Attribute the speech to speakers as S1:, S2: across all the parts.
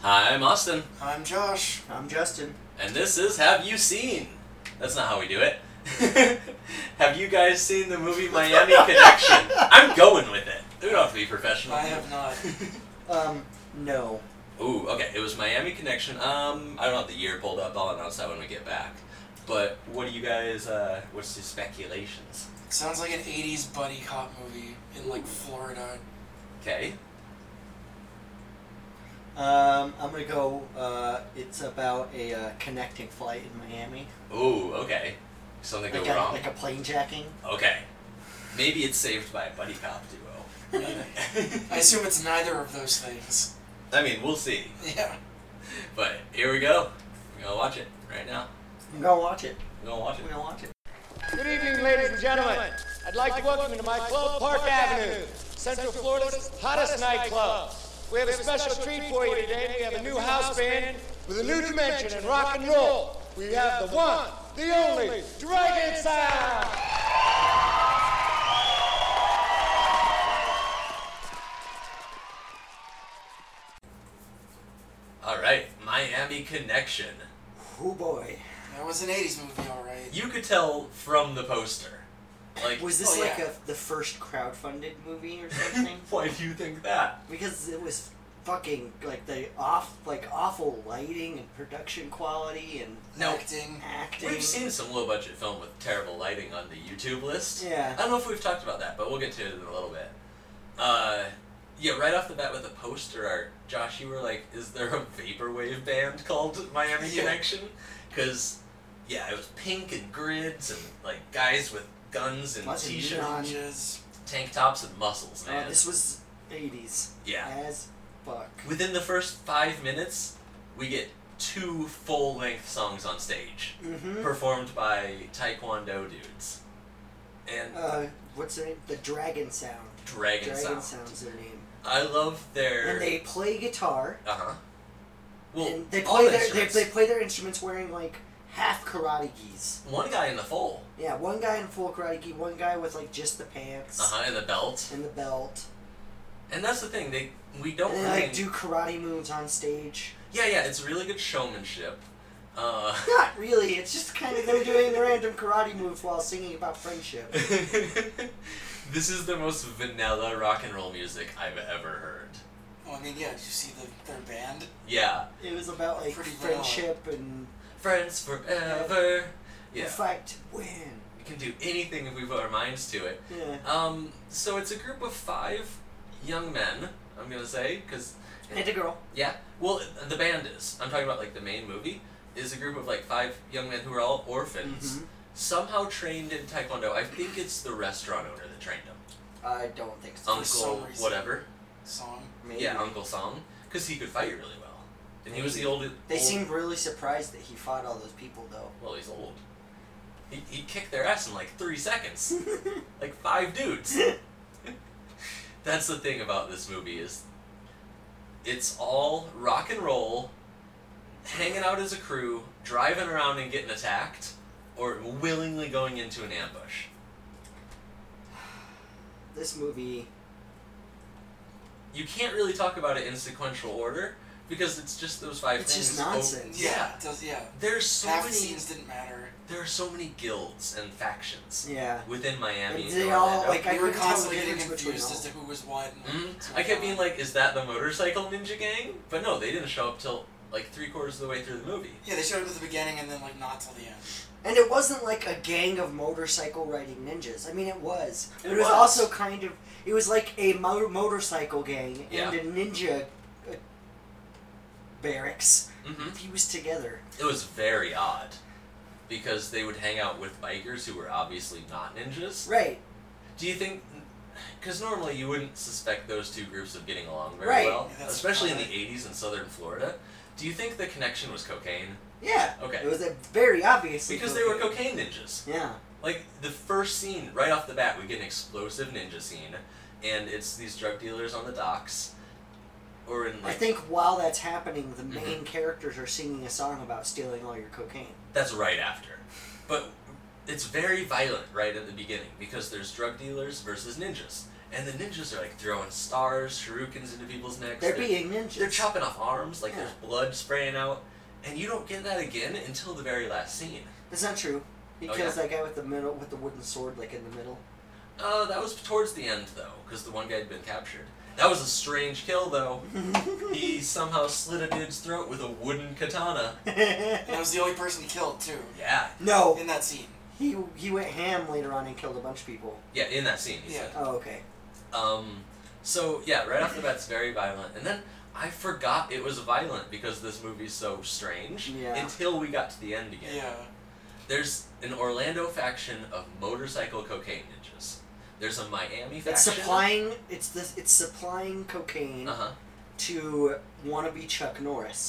S1: Hi, I'm Austin,
S2: I'm Josh. I'm Justin.
S1: and this is Have You Seen? That's not how we do it. have you guys seen the movie Miami Connection? I'm going with it. We don't have to be professional.
S3: I have not.
S2: Um, no.
S1: Ooh, okay. It was Miami Connection. Um, I don't have the year pulled up. I'll announce that when we get back. But what do you guys? Uh, what's the speculations?
S3: Sounds like an 80s buddy cop movie in like Florida.
S1: Okay.
S2: Um, I'm gonna go. Uh, it's about a uh, connecting flight in Miami,
S1: Ooh, okay. Something
S2: like
S1: go
S2: a,
S1: wrong.
S2: like a plane jacking.
S1: Okay. Maybe it's saved by a buddy cop duo.
S3: Maybe. I assume it's neither of those things.
S1: I mean, we'll see.
S3: Yeah.
S1: But here we go. We're gonna watch it right now.
S2: I'm gonna watch it.
S1: We're gonna watch
S2: I'm
S1: it.
S2: gonna watch it.
S4: Good evening, ladies and gentlemen. I'd like to welcome you to my club, Park Avenue, Central Florida's hottest nightclub. We have a special treat for you today. We have a new house band with a new dimension in rock and roll. We have the one, the only, Dragon Sound.
S1: All right, Miami Connection.
S2: Oh boy.
S3: That was an 80s movie, alright.
S1: You could tell from the poster. Like,
S2: Was this
S3: Oh,
S2: like
S3: yeah.
S2: a, the first crowdfunded movie or something?
S1: why do you think that?
S2: because it was fucking like the off like awful lighting and production quality and
S1: No.
S3: Acting.
S2: acting.
S1: We've seen some low budget film with terrible lighting on the YouTube list. I
S2: Yeah.
S1: don't know if we've talked about that, but we'll get to it in a little bit. Uh, yeah, right off the bat with the poster art, Josh, you were like, is there a vaporwave band called Miami
S3: Yeah.
S1: Connection? Because, yeah, it was pink and grids and, like, guys with guns and
S2: Wasn't
S1: t
S2: neon.
S1: shirts,
S3: Ninjas.
S1: tank tops, and muscles, man.
S2: Uh, this was '80s
S1: yeah.
S2: as fuck.
S1: Within the first five minutes, we get two full length songs on stage,
S2: Mm-hmm.
S1: performed by Taekwondo dudes. And
S2: Uh, what's their name? The Dragon Sound.
S1: Dragon,
S2: Dragon
S1: Sound.
S2: Sound's their name.
S1: I love their.
S2: And they play guitar.
S1: uh huh. Well,
S2: and they
S1: Oh, all
S2: play
S1: the
S2: their they,
S1: instruments.
S2: they play their instruments wearing like half karate gis.
S1: One guy in the full,
S2: Yeah, one guy in full karate gi, one guy with like just the pants
S1: uh huh, and the belt.
S2: and the belt.
S1: And that's the thing, they we don't
S2: and they
S1: really.
S2: like do karate moves on stage.
S1: Yeah, yeah, it's really good showmanship. Uh.
S2: Not really. It's just kind of them doing random karate moves while singing about friendship.
S1: this is the most vanilla rock and roll music I've ever heard.
S3: Well, I mean, yeah, did you see the, their band?
S1: Yeah.
S2: It was about like
S3: Pretty vanilla.
S2: friendship and
S1: friends forever.
S2: the
S1: Yeah,
S2: fight to win.
S1: we can do anything if we put our minds to it.
S2: Yeah.
S1: Um, so it's a group of five young men. I'm gonna say because
S2: And a girl.
S1: yeah, well, the band is. I'm talking about like the main movie is a group of like five young men who are all orphans,
S2: Mhm.
S1: somehow trained in taekwondo. I think it's the restaurant owner that trained them,
S2: I don't think so.
S1: Uncle
S3: some reason.
S1: whatever.
S3: Song.
S2: Maybe.
S1: Yeah, Uncle Song, because he could fight really well, and he was the
S2: Maybe.
S1: oldest.
S2: They
S1: old,
S2: seemed really surprised that he fought all those people though.
S1: well. He's old. He he kicked their ass in like three seconds. like five dudes. That's the thing about this movie is it's all rock and roll, hanging out as a crew, driving around and getting attacked, or willingly going into an ambush.
S2: this movie
S1: You can't really talk about it in sequential order because it's just those five
S2: It's
S1: things.
S2: just
S1: o-
S2: nonsense.
S1: yeah.
S3: Yeah. it Does, yeah.
S1: There's so
S3: Half the
S1: many
S3: scenes didn't matter.
S1: there are so many guilds and factions
S2: yeah
S1: within Miami.
S2: And
S1: and
S2: they all,
S1: Orlando.
S2: like, I
S3: we were
S2: couldn't tell the
S3: constantly getting
S2: difference between
S3: confused
S2: all.
S3: as to who was what. and
S1: Mm,
S3: what's
S1: I kept
S3: going
S1: being
S3: on.
S1: like, is that the motorcycle ninja gang? But no, they didn't show up till like three quarters of the way through the movie.
S3: Yeah, they showed up at the beginning and then, like, not till the end.
S2: and it wasn't like a gang of motorcycle riding ninjas i mean it was but
S1: It
S2: it was
S1: was.
S2: also kind of it was like a mo- motorcycle gang
S1: Yeah.
S2: and a ninja uh, barracks
S1: hmm
S2: fused together
S1: It was very odd because they would hang out with bikers who were obviously not ninjas.
S2: right
S1: Do you think? Because normally you wouldn't suspect those two groups of getting along very
S2: Right.
S1: well,
S3: Yeah, that's
S1: especially in the
S3: odd.
S1: '80s in Southern Florida. Do you think the connection was cocaine?
S2: yeah it
S1: Okay,
S2: was a very obvious
S1: because they were cocaine ninjas.
S2: yeah
S1: Like the first scene, right off the bat, we get an explosive ninja scene, and it's these drug dealers on the docks, or in
S2: i
S1: like
S2: think while that's happening the
S1: Mm-hmm.
S2: main characters are singing a song about stealing all your cocaine
S1: that's right after, but it's very violent right at the beginning because there's drug dealers versus ninjas, And the ninjas are like throwing stars, shurikens into people's necks.
S2: They're being ninjas.
S1: They're chopping off arms, like
S2: Yeah.
S1: there's blood spraying out, and you don't get that again until the very last scene.
S2: That's not true. Because
S1: Oh, yeah?
S2: that guy with the middle with the wooden sword like in the middle.
S1: Uh, that was towards the end though, because the one guy had been captured. That was a strange kill though. he somehow slit a dude's throat with a wooden katana.
S3: And I was the only person he killed too
S1: Yeah,
S2: no.
S3: in that scene.
S2: He he went ham later on and killed a bunch of people.
S1: yeah, in that scene. He
S3: Yeah.
S1: said.
S2: Oh, okay.
S1: Um, so yeah, right off the bat, it's very violent, and then I forgot it was violent because this movie's so strange.
S2: Yeah.
S1: Until we got to the end again.
S3: Yeah.
S1: There's an Orlando faction of motorcycle cocaine ninjas. There's a Miami faction.
S2: It's supplying it's this it's supplying cocaine
S1: Uh huh.
S2: to wannabe Chuck Norris.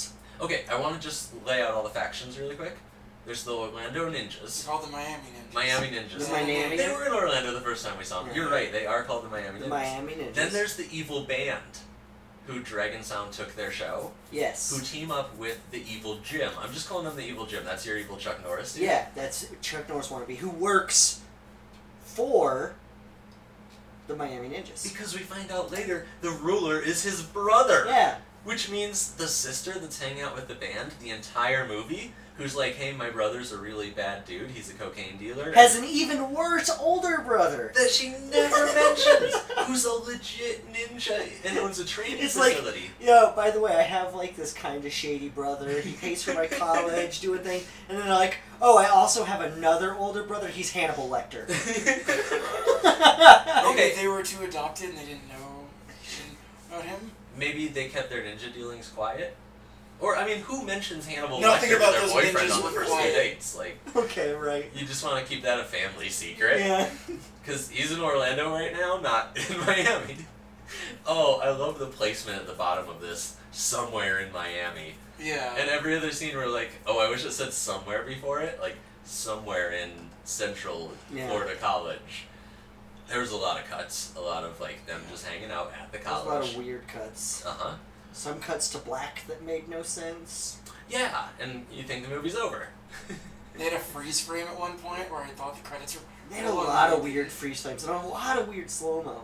S1: Okay, I want to just lay out all the factions really quick. There's the Orlando
S3: It's
S1: Ninjas,
S3: called the Miami Ninjas.
S1: Miami
S2: The
S1: Ninjas.
S3: Yeah.
S2: Miami
S1: They were in Orlando the first time we saw them.
S2: Yeah.
S1: You're right. They are called the Miami
S2: the
S1: Ninjas.
S2: Miami Ninjas.
S1: Then there's the evil band, who Dragon Sound took their show. who
S2: Yes.
S1: team up with the evil Jim. I'm just calling him the evil Jim. That's your evil Chuck Norris. Dude.
S2: Yeah, that's Chuck Norris wannabe who works for the Miami Ninjas.
S1: Because we find out later the ruler is his brother.
S2: Yeah.
S1: Which means the sister that's hanging out with the band the entire movie, who's like, hey, my brother's a really bad dude. He's a cocaine dealer.
S2: Has an even worse older brother.
S1: that she never mentions, who's a legit ninja and owns a training
S2: It's like-
S1: facility.
S2: Yo, by the way, I have like this kind of shady brother. He pays for my college, doing thing, and then like, oh, I also have another older brother. He's Hannibal Lecter.
S3: Maybe
S1: Okay.
S3: They were two adopted and they didn't know she didn't know about him.
S1: Maybe they kept their ninja dealings quiet. Or, I mean, who mentions Hannibal
S3: Nothing
S1: Lecter
S3: about
S1: to their
S3: those
S1: boyfriend
S3: ninjas
S1: on the
S3: were
S1: first few
S3: quiet.
S1: dates? Like,
S2: okay, right.
S1: You just want to keep that a family secret.
S2: Yeah.
S1: Because he's in Orlando right now, not in Miami. Oh, I love the placement at the bottom of this. Somewhere in Miami.
S3: Yeah.
S1: And uh, every other scene we're like, oh, I wish it said somewhere before it. Like, somewhere in central
S2: Yeah.
S1: Florida college. There was a lot of cuts. A lot of, like, them just hanging out at the
S2: There's a lot
S1: college.
S2: of weird cuts.
S1: Uh huh.
S2: Some cuts to black that made no sense.
S1: Yeah, and you think the movie's over.
S3: they had a freeze frame at one point where I thought the credits were.
S2: They
S1: Oh,
S2: had a lot of weird freeze frames and a lot of weird slow mo.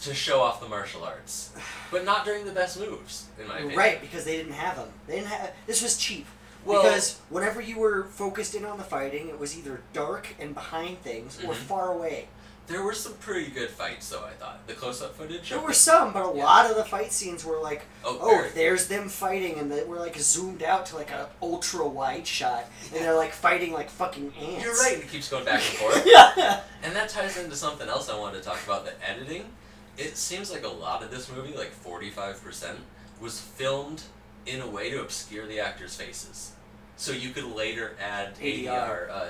S1: to show off the martial arts. But not during the best moves, in my opinion.
S2: Right, because they didn't have them. They didn't have. This was cheap.
S1: Well-
S2: because whenever you were focused in on the fighting, it was either dark and behind things or
S1: Mhm.
S2: far away.
S1: There were some pretty good fights, though. I thought the close-up footage.
S2: There
S1: of
S2: were
S1: the-
S2: some, but a
S1: Yeah.
S2: lot of the fight scenes were like,
S1: Oh,
S2: oh,
S1: very-
S2: there's them fighting, and they were like zoomed out to like an ultra wide shot, and they're like fighting like fucking ants.
S1: You're right. It keeps going back and forth,
S2: yeah.
S1: and that ties into something else I wanted to talk about: the editing. It seems like a lot of this movie, like forty-five percent, was filmed in a way to obscure the actors' faces, so you could later add ADR
S2: ADR.
S1: uh,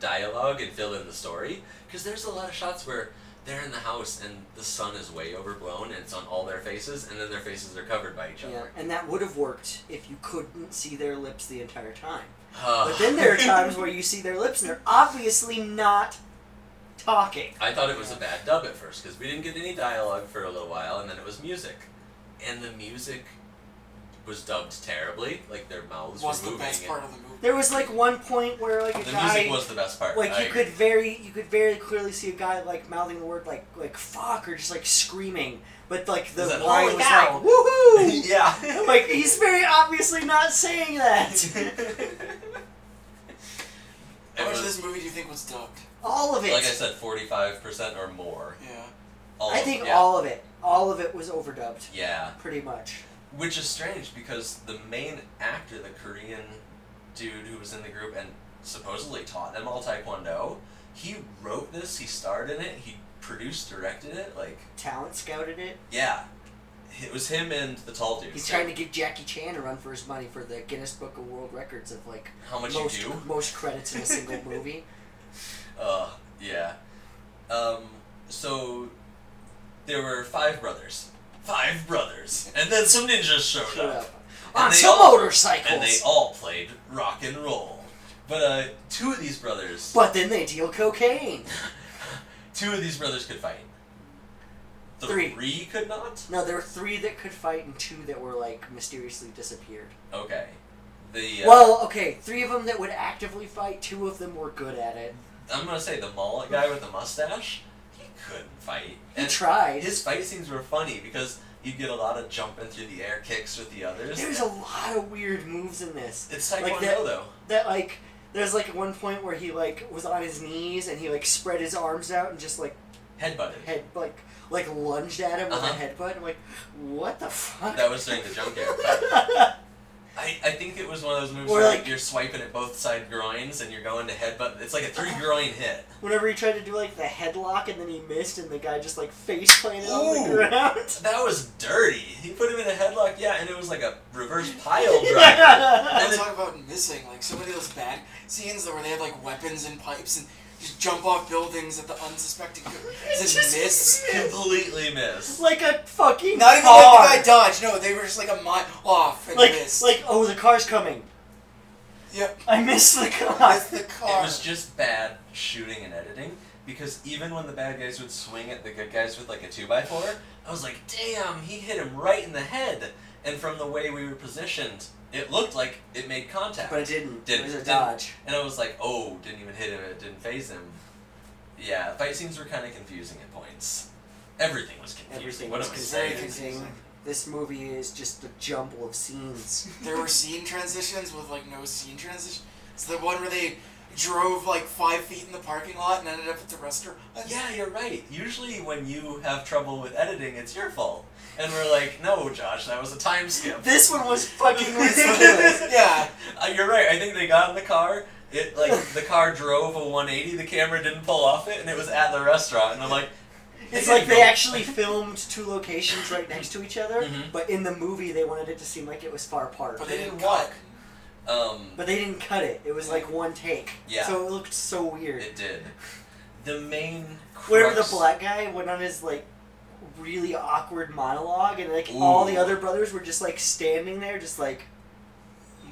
S1: dialogue and fill in the story. Because there's a lot of shots where they're in the house and the sun is way overblown and it's on all their faces, and then their faces are covered by each
S2: Yeah,
S1: other.
S2: and that would have worked if you couldn't see their lips the entire time.
S1: Ugh.
S2: But then there are times where you see their lips, and they're obviously not talking.
S1: I thought it was a bad dub at first because we didn't get any dialogue for a little while, and then it was music, and the music was dubbed terribly. Like their mouths
S3: Was
S1: were
S3: the
S1: moving.
S3: best
S1: and-
S3: part of the movie.
S2: There was like one point where like a
S1: the
S2: guy
S1: music was the best part.
S2: like
S1: I
S2: you
S1: agree.
S2: could very you could very clearly see a guy like mouthing the word like like fuck or just like screaming but like the
S1: Was that,
S2: line
S1: "Holy
S2: was
S1: cow!"
S2: like woohoo
S1: yeah.
S2: like he's very obviously not saying that
S1: It
S3: How much of
S1: was,
S3: this movie do you think was dubbed?
S2: all of it
S1: like I said, forty-five percent or more.
S3: Yeah.
S1: All
S2: I
S1: of-
S2: think
S1: yeah.
S2: all of it all of it was overdubbed
S1: Yeah.
S2: pretty much
S1: Which is strange because the main actor, the Korean dude who was in the group and supposedly taught them all Taekwondo, he wrote this, he starred in it, he produced, directed it. Like,
S2: talent scouted it
S1: yeah. It was him and the tall dude.
S2: he's trying to give Jackie Chan a run for his money for the Guinness Book of World Records of like
S1: How much
S2: most
S1: you do?
S2: most credits in a single movie
S1: Uh, yeah. Um, so there were five brothers. Five brothers. And then some ninjas showed,
S2: Shut up.
S1: And
S2: on
S1: they
S2: two
S1: all-
S2: motorcycles
S1: And they all played rock and roll. But uh, two of these brothers
S2: but then they deal cocaine
S1: Two of these brothers could fight.
S2: Three.
S1: could not?
S2: No, there were three that could fight and two that were like mysteriously disappeared.
S1: Okay. The uh,
S2: Well, okay, three of them that would actively fight, two of them were good at it.
S1: I'm gonna say the mullet guy with the mustache. He couldn't fight.
S2: He tried.
S1: His fight scenes were funny because you'd get a lot of jumping through the air kicks with the others.
S2: There's a lot of weird moves in this.
S1: It's
S2: like
S1: Taekwondo
S2: that-
S1: though.
S2: that like there's like one point where he like was on his knees and he like spread his arms out and just like
S1: Headbutted.
S2: head like like lunged at him
S1: Uh-huh.
S2: with a headbutt. I'm like, what the fuck?
S1: That was during the junkyard fight. I, I think it was one of those moves
S2: Or
S1: where like,
S2: like-
S1: you're swiping at both side groins and you're going to headbutt. It's like a three groin hit.
S2: Whenever he tried to do like the headlock and then he missed and the guy just like face planted on the
S1: Ooh.
S2: ground.
S1: That was dirty. He put him in a headlock, yeah, and it was like a reverse pile driver.
S3: I
S1: And
S3: don't
S1: then-
S3: talk about missing. Like some of those bad scenes where they have like weapons and pipes and just jump off buildings at the unsuspecting. Just,
S2: Just
S3: miss.
S1: completely missed.
S2: like a fucking
S3: Not even
S2: car.
S3: like the guy dodged. No, they were just like a mile off and
S2: like
S3: missed.
S2: like oh the car's coming.
S3: yep,
S2: I missed the car.
S3: missed the car.
S1: It was just bad shooting and editing because even when the bad guys would swing at the good guys with like a 2x4, I was like, damn, he hit him right in the head. And from the way we were positioned, it looked like it made contact.
S2: But it didn't.
S1: Didn't.
S2: It was a
S1: Didn't.
S2: dodge.
S1: And I was like, oh, didn't even hit him, it didn't phase him. Yeah, fight scenes were kind of confusing at points. Everything was confusing.
S2: Everything
S1: what
S2: was
S1: am I saying?
S2: confusing. This movie is just a jumble of scenes.
S3: there were scene transitions with like no scene transition. It's the one where they drove like five feet in the parking lot and ended up at the restaurant.
S2: Oh,
S1: Yeah, you're right. Usually when you have trouble with editing, it's your fault. And we're like, no, Josh, that was a time skip.
S2: This one was fucking ridiculous.
S3: yeah.
S1: Uh, you're right. I think they got in the car. It like the car drove a 180. The camera didn't pull off it, and it was at the restaurant. And I'm like,
S2: It's like they actually filmed two locations right next to each other,
S1: Mhm.
S2: but in the movie they wanted it to seem like it was far apart.
S3: But
S1: They
S3: they
S1: didn't
S3: didn't
S1: walk.
S3: walk.
S1: Um,
S2: But they didn't cut it. It was like one take.
S1: Yeah.
S2: So it looked so weird.
S1: it did. The main.
S2: Whenever the
S1: crux-
S2: black guy went on his like really awkward monologue, and like
S1: Ooh.
S2: all the other brothers were just like standing there, just like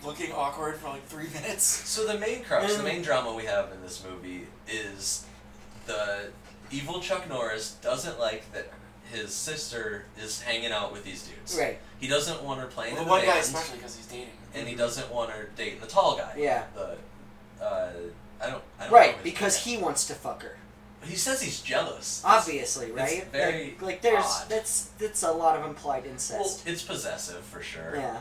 S3: Looking awkward for like three minutes.
S1: So the main crux, the
S2: Mm.
S1: main drama we have in this movie is the evil Chuck Norris doesn't like that his sister is hanging out with these dudes.
S2: right.
S1: He doesn't want her playing
S3: Well,
S1: in the
S3: one
S1: band,
S3: guy especially because he's dating.
S1: and he doesn't want her dating the tall guy.
S2: Yeah.
S1: The, uh, I don't. I don't know
S2: Right,
S1: his
S2: because
S1: name.
S2: he wants to fuck her.
S1: He says he's jealous.
S2: Obviously, right? Like-
S1: very
S2: like, there's
S1: odd.
S2: that's that's a lot of implied
S1: Well,
S2: incest.
S1: it's possessive for sure.
S2: yeah.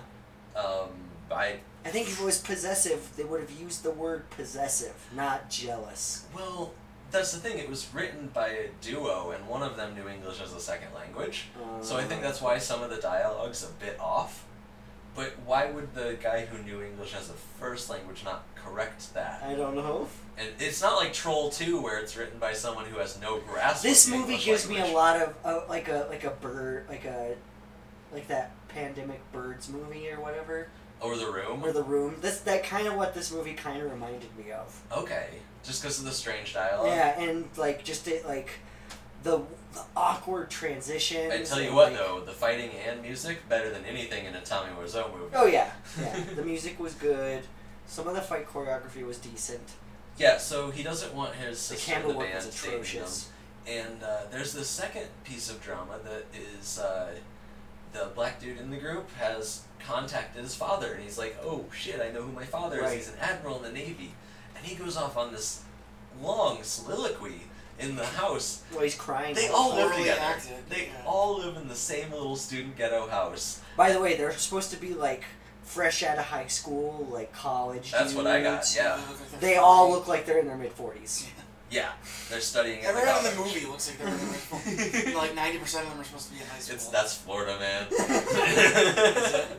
S1: Um, I
S2: I think if it was possessive, they would have used the word possessive, not jealous.
S1: well, that's the thing. It was written by a duo, and one of them knew English as a second language, so I
S2: Uh.
S1: think that's why some of the dialogue's a bit off. But why would the guy who knew English as a first language not correct that?
S2: I don't know.
S1: And it's not like Troll Two, where it's written by someone who has no grasp.
S2: This
S1: of the
S2: movie
S1: English
S2: gives me a
S1: language.
S2: lot of uh, like a like a bird like a like that pandemic birds movie or whatever
S1: Over the room.
S2: or the room. That's that kind of what this movie kind of reminded me of.
S1: Okay, just because of the strange dialogue.
S2: Yeah, and like just it like the, the awkward transition.
S1: I tell you what, though, the fighting and music better than anything in a Tommy Wiseau movie.
S2: Oh yeah, yeah. the music was good. Some of the fight choreography was decent.
S1: Yeah, so he doesn't want his
S2: The
S1: sister in
S2: camera
S1: the
S2: work
S1: band
S2: was
S1: dating
S2: atrocious.
S1: him. And uh, there's the second piece of drama that is uh, the black dude in the group has contacted his father, and he's like, "Oh shit, I know who my father is.
S2: Right.
S1: He's an admiral in the navy," and he goes off on this long soliloquy in the house.
S2: Well, he's crying.
S1: They
S2: the
S1: all
S2: whole
S1: live
S3: Poorly
S1: together.
S3: acted,
S1: They
S3: yeah.
S1: all live in the same little student ghetto house.
S2: By the way, they're supposed to be like fresh out of high school, like college.
S1: That's what I got.
S2: dudes.
S1: Yeah,
S2: They all look like they're in their mid forties.
S1: yeah. They're studying. at
S3: Everyone in the
S1: college.
S3: movie looks like they're in their late 40s. Like ninety percent of them are supposed to be in high school.
S1: It's that's Florida, man.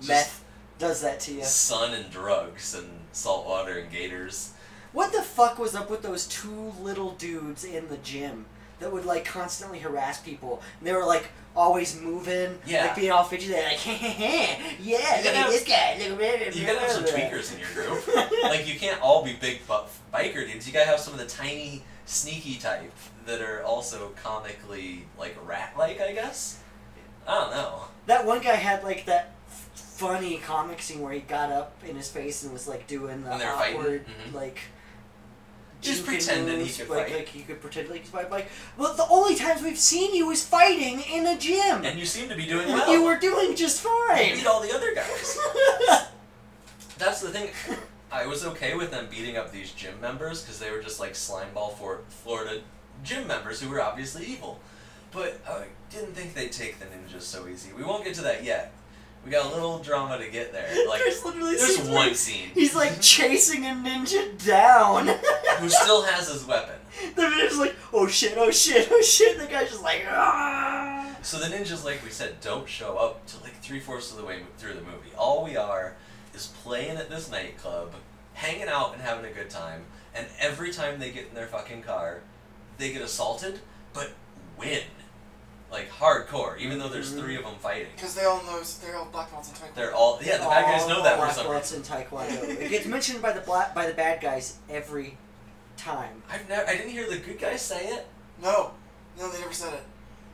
S1: Just
S2: Meth does that to you.
S1: sun and drugs and salt water and gators.
S2: What the fuck was up with those two little dudes in the gym that would like constantly harass people? And they were like always moving,
S1: Yeah.
S2: like being all fidgety. They're like, yeah, look
S1: gotta
S2: at
S1: have-
S2: this guy. Look at
S1: You gotta have some tweakers in your group. like you can't all be big buff biker dudes. You gotta have some of the tiny sneaky type that are also comically like rat like. I guess. I don't know.
S2: That one guy had like that f- funny comic scene where he got up in his face and was like doing the
S1: And they were fighting?
S2: awkward
S1: Mhm.
S2: like.
S1: Just
S2: Duke
S1: pretending he
S2: moves,
S1: could
S2: like,
S1: fight.
S2: Like he could pretend like he's fighting. Like, well, the only times we've seen you is fighting in a gym.
S1: And you seem to be doing well.
S2: You were doing just
S1: You
S2: fine.
S1: beat all the other guys. That's the thing. I was okay with them beating up these gym members because they were just like slime ball for Florida gym members who were obviously evil. But I didn't think they'd take the ninjas so easy. We won't get to that yet. We got a little drama to get there. Like
S2: There's literally
S1: there's
S2: scenes
S1: one
S2: where
S1: scene
S2: He's like chasing a ninja down.
S1: who still has his weapon.
S2: the ninja's like, oh shit, oh shit, oh shit. The guy's just like, ah.
S1: So the ninjas, like we said, don't show up till like three fourths of the way through the movie. All we are is playing at this nightclub, hanging out and having a good time. And every time they get in their fucking car, they get assaulted, but win, like hardcore. Even though there's three of them fighting,
S3: Because they all know they're all black belts in taekwondo.
S1: they're all yeah. The bad guys know that for
S2: black
S1: some
S2: belts
S1: reason.
S2: in taekwondo. it gets mentioned by the black by the bad guys every time.
S1: I've never. I didn't hear the good guys say it.
S3: No, no, they never said it.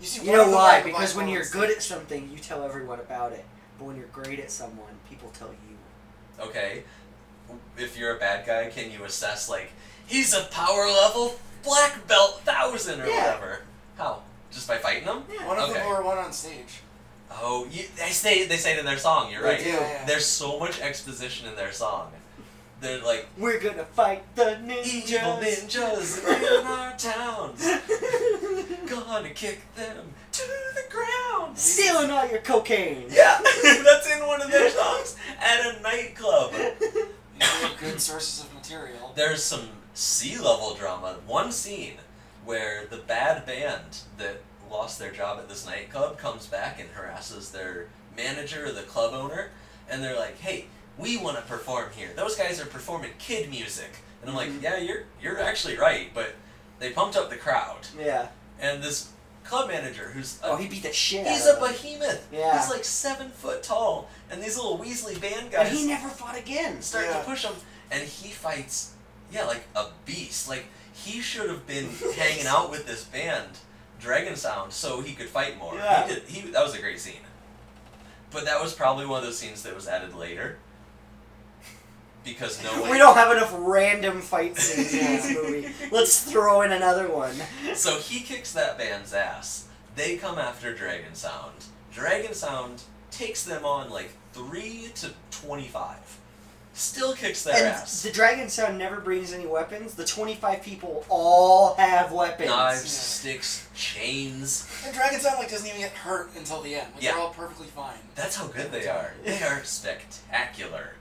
S3: You see,
S2: You
S3: one of
S2: know
S3: them
S2: why?
S3: had a black
S2: Because when
S3: belt
S2: you're
S3: and
S2: good
S3: stuff.
S2: at something, you tell everyone about it. But when you're great at someone, people tell you.
S1: Okay, if you're a bad guy, can you assess like he's a power level black belt thousand or
S2: Yeah.
S1: whatever? How? Just by fighting them?
S2: Yeah.
S3: one of
S1: Okay.
S3: them were one on stage.
S1: Oh, you, they say they say it in their song. You're
S2: They
S1: right.
S2: do.
S3: Yeah, yeah.
S1: There's so much exposition in their song. They're like
S2: We're gonna fight the
S1: evil
S2: ninjas.
S1: ninjas in our towns, gonna kick them to the ground.
S2: Stealing all your cocaine.
S1: Yeah, that's in one of their songs at a nightclub.
S3: These are good sources of material.
S1: There's some sea level drama. One scene where the bad band that lost their job at this nightclub comes back and harasses their manager or the club owner, and they're like, "Hey, we want to perform here. Those guys are performing kid music." And I'm like,
S2: Mm-hmm.
S1: "Yeah, you're you're actually right, but they pumped up the crowd."
S2: Yeah.
S1: And this club manager, who's a,
S2: Oh, he beat the shit.
S1: he's
S2: out
S1: a
S2: of him.
S1: behemoth.
S2: Yeah.
S1: He's like seven foot tall, and these little Weasley band guys
S2: And he never fought again.
S1: start
S3: Yeah.
S1: to push him, and he fights, yeah, like a beast. Like he should have been hanging out with this band, Dragon Sound, so he could fight more.
S2: Yeah.
S1: He did. He that was a great scene. But that was probably one of those scenes that was added later. Because no way.
S2: We don't have enough random fight scenes in this
S3: Yeah.
S2: movie. Let's throw in another one.
S1: So he kicks that band's ass. They come after Dragon Sound. Dragon Sound takes them on like three to twenty-five. Still kicks their
S2: and
S1: ass.
S2: the Dragon Sound never brings any weapons. The 25 people all have weapons.
S1: Knives, sticks, chains.
S3: And Dragon Sound like doesn't even get hurt until the end. Like
S1: Yeah.
S3: they're all perfectly fine.
S1: That's how good they are. They are spectacular.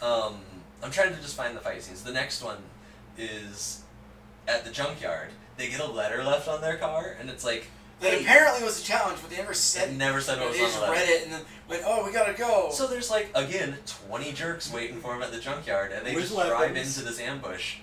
S1: Um, I'm trying to just find the fight scenes. The next one is at the junkyard. They get a letter left on their car, and it's like
S3: That
S1: hey,
S3: apparently was a challenge, but they never said.
S1: it never said what
S3: they
S1: was
S3: just
S1: on the letter.
S3: read it and then went, "Oh, we gotta go."
S1: So there's like again twenty jerks waiting for him at the junkyard, and they
S2: With
S1: just drive
S2: weapons.
S1: into this ambush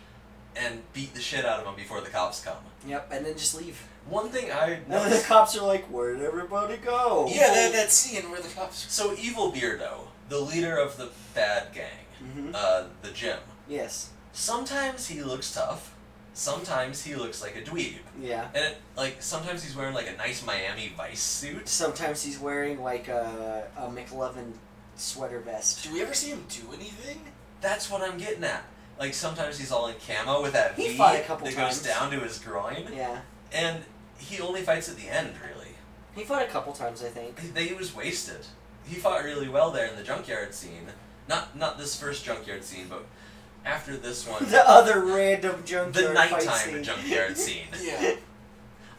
S1: and beat the shit out of him before the cops come.
S2: Yep, and then just leave.
S1: One thing I
S2: And then the
S1: noticed.
S2: cops are like, where'd everybody go?
S3: yeah, that, that scene where the cops.
S1: So evil Beardo, the leader of the bad gang,
S2: Mhm.
S1: uh, the gym.
S2: Yes.
S1: sometimes he looks tough, sometimes he looks like a dweeb.
S2: Yeah.
S1: And it, like sometimes he's wearing like a nice Miami Vice suit.
S2: Sometimes he's wearing like a, a McLovin sweater vest.
S3: Do we ever see him do anything?
S1: That's what I'm getting at. Like sometimes he's all in camo with that
S2: He
S1: V
S2: fought a couple
S1: that
S2: times.
S1: goes down to his groin,
S2: Yeah.
S1: and he only fights at the end. Really,
S2: He fought a couple times, I think.
S1: He- they, he was wasted. He fought really well there in the junkyard scene. Not not this first junkyard scene, but after this one,
S2: The other random junkyard
S1: the
S2: fight
S1: nighttime
S2: scene.
S1: junkyard scene.
S3: Yeah.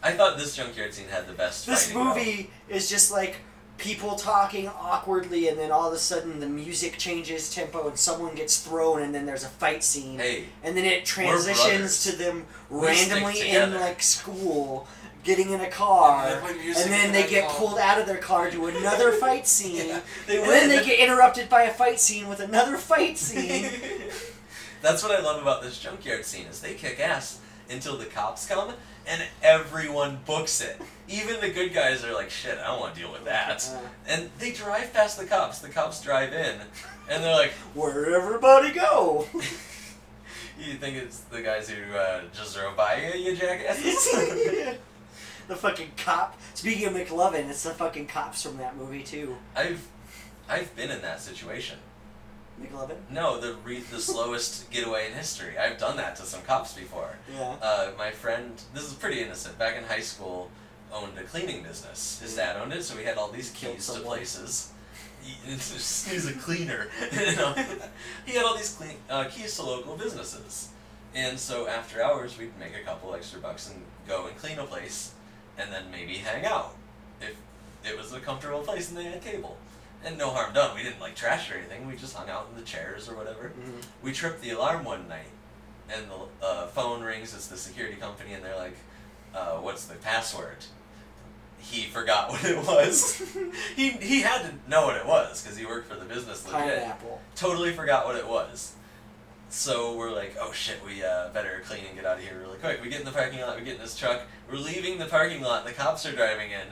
S1: I thought this junkyard scene had the best.
S2: This
S1: fighting, though.
S2: movie is just like people talking awkwardly, and then all of a sudden the music changes tempo, and someone gets thrown, and then there's a fight scene,
S1: Hey,
S2: and then it
S1: brothers.
S2: transitions to them
S1: We stick
S2: randomly in
S1: together.
S2: like school, getting in a
S3: And
S2: car,
S3: they play music
S2: and then
S3: in
S2: they
S3: that
S2: get
S3: car.
S2: pulled out of their car to another fight scene,
S1: Yeah, they
S2: and
S1: win.
S2: then they get interrupted by a fight scene with another fight scene.
S1: That's what I love about this junkyard scene is they kick ass until the cops come and everyone books it. Even the good guys are like, shit, I don't want to deal with that.
S2: Uh.
S1: And they drive past the cops. The cops drive in, and they're like,
S2: Where'd everybody go?
S1: "You think it's the guys who uh, just drove by you, you jackasses?"
S2: the fucking cop. Speaking of McLovin, it's the fucking cops from that movie too.
S1: I've, I've been in that situation.
S2: McLovin.
S1: No, the re- the slowest getaway in history. I've done that to some cops before.
S2: Yeah.
S1: uh, my friend, this is pretty innocent, back in high school, owned a cleaning business. His dad owned it, so we had all these
S2: Killed
S1: keys to
S2: someone.
S1: places. He- it's just- He's a cleaner. You know? he had all these clean, uh, keys to local businesses. And so after hours, we'd make a couple extra bucks and go and clean a place, and then maybe hang out if it was a comfortable place and they had cable. And no harm done. We didn't like trash or anything. We just hung out in the chairs or whatever. We tripped the alarm one night, and the uh, phone rings. It's the security company, and they're like, uh, "What's the password?" He forgot what it was. he he had to know what it was because he worked for the business legit
S2: Pineapple.
S1: totally forgot what it was. So we're like, oh shit, we uh, better clean and get out of here really quick. We get in the parking lot, we get in this truck, we're leaving the parking lot, the cops are driving in.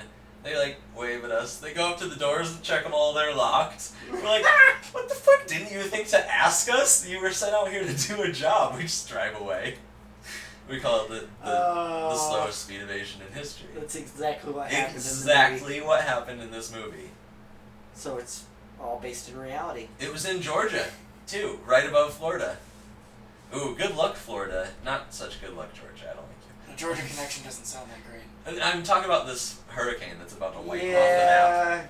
S1: They like wave at us. They go up to the doors and check them all. They're locked. We're like, "Ah, what the fuck? Didn't you think to ask us? You were sent out here to do a job. We just drive away. We call it the the, the
S2: Oh.
S1: slowest speed evasion in history.
S2: That's exactly what happened. In the movie.
S1: Exactly what happened in this movie.
S2: So it's all based in reality.
S1: It was in Georgia, too, right above Florida. Ooh, good luck, Florida. Not such good luck, Georgia. I don't like
S3: The Georgia connection doesn't sound that great.
S1: you. And I'm talking about this hurricane that's about to wipe
S2: yeah.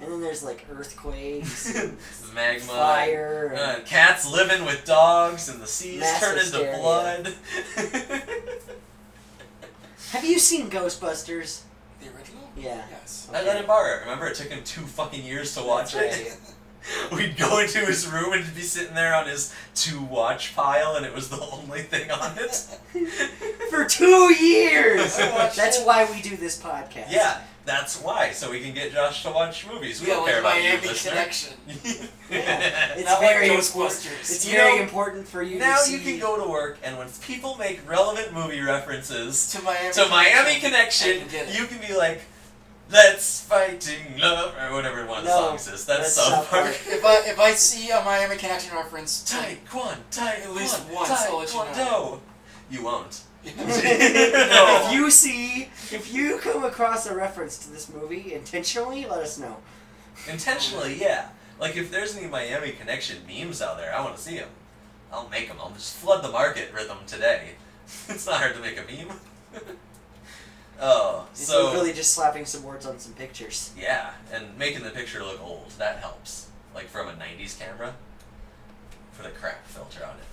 S2: And then there's like earthquakes,
S1: off the map. Magma.
S2: fire, and
S1: Uh, cats living with dogs, and the seas
S2: Mass
S1: turn into
S2: hysteria.
S1: blood.
S2: Have you seen Ghostbusters?
S3: The original?
S2: Yeah.
S3: Yes.
S1: I let him borrow it. Remember, it took him two fucking years to watch
S2: That's
S1: it. We'd go into his room and be sitting there on his to watch pile, and it was the only thing on it.
S2: For two years!
S1: I watched
S2: That's
S3: it.
S2: why we do this podcast.
S1: Yeah, that's why. So we can get Josh to watch movies. We
S3: Yeah,
S1: don't
S3: like
S1: care about you,
S3: Miami
S1: listener.
S3: connection.
S2: Yeah, It's
S3: Not like
S2: very important.
S3: Ghostbusters.
S2: It's
S1: You
S2: very
S1: know,
S2: important for you
S1: now
S2: to
S1: you
S2: see-
S1: can go to work, and when people make relevant movie references
S3: To Miami.
S1: to Miami
S3: I
S1: Connection,
S3: can get it.
S1: you can be like, "Let's fighting love" or whatever one of the
S2: No,
S1: songs is. That's
S2: that's
S1: South
S2: South
S1: Park.
S2: Park.
S3: If I if I see a Miami connection reference, like,
S1: Taekwondo, at
S3: least once, I'll let you know.
S1: You won't.
S2: if you see, if you come across a reference to this movie intentionally, let us know.
S1: Intentionally, yeah. Like if there's any Miami Connection memes out there, I want to see them. I'll make them. I'll just flood the market with them today. it's not hard to make a meme. oh,
S2: It's
S1: so
S2: really just slapping some words on some pictures.
S1: yeah, and making the picture look old that helps. Like from a '90s camera, put a crap filter on it.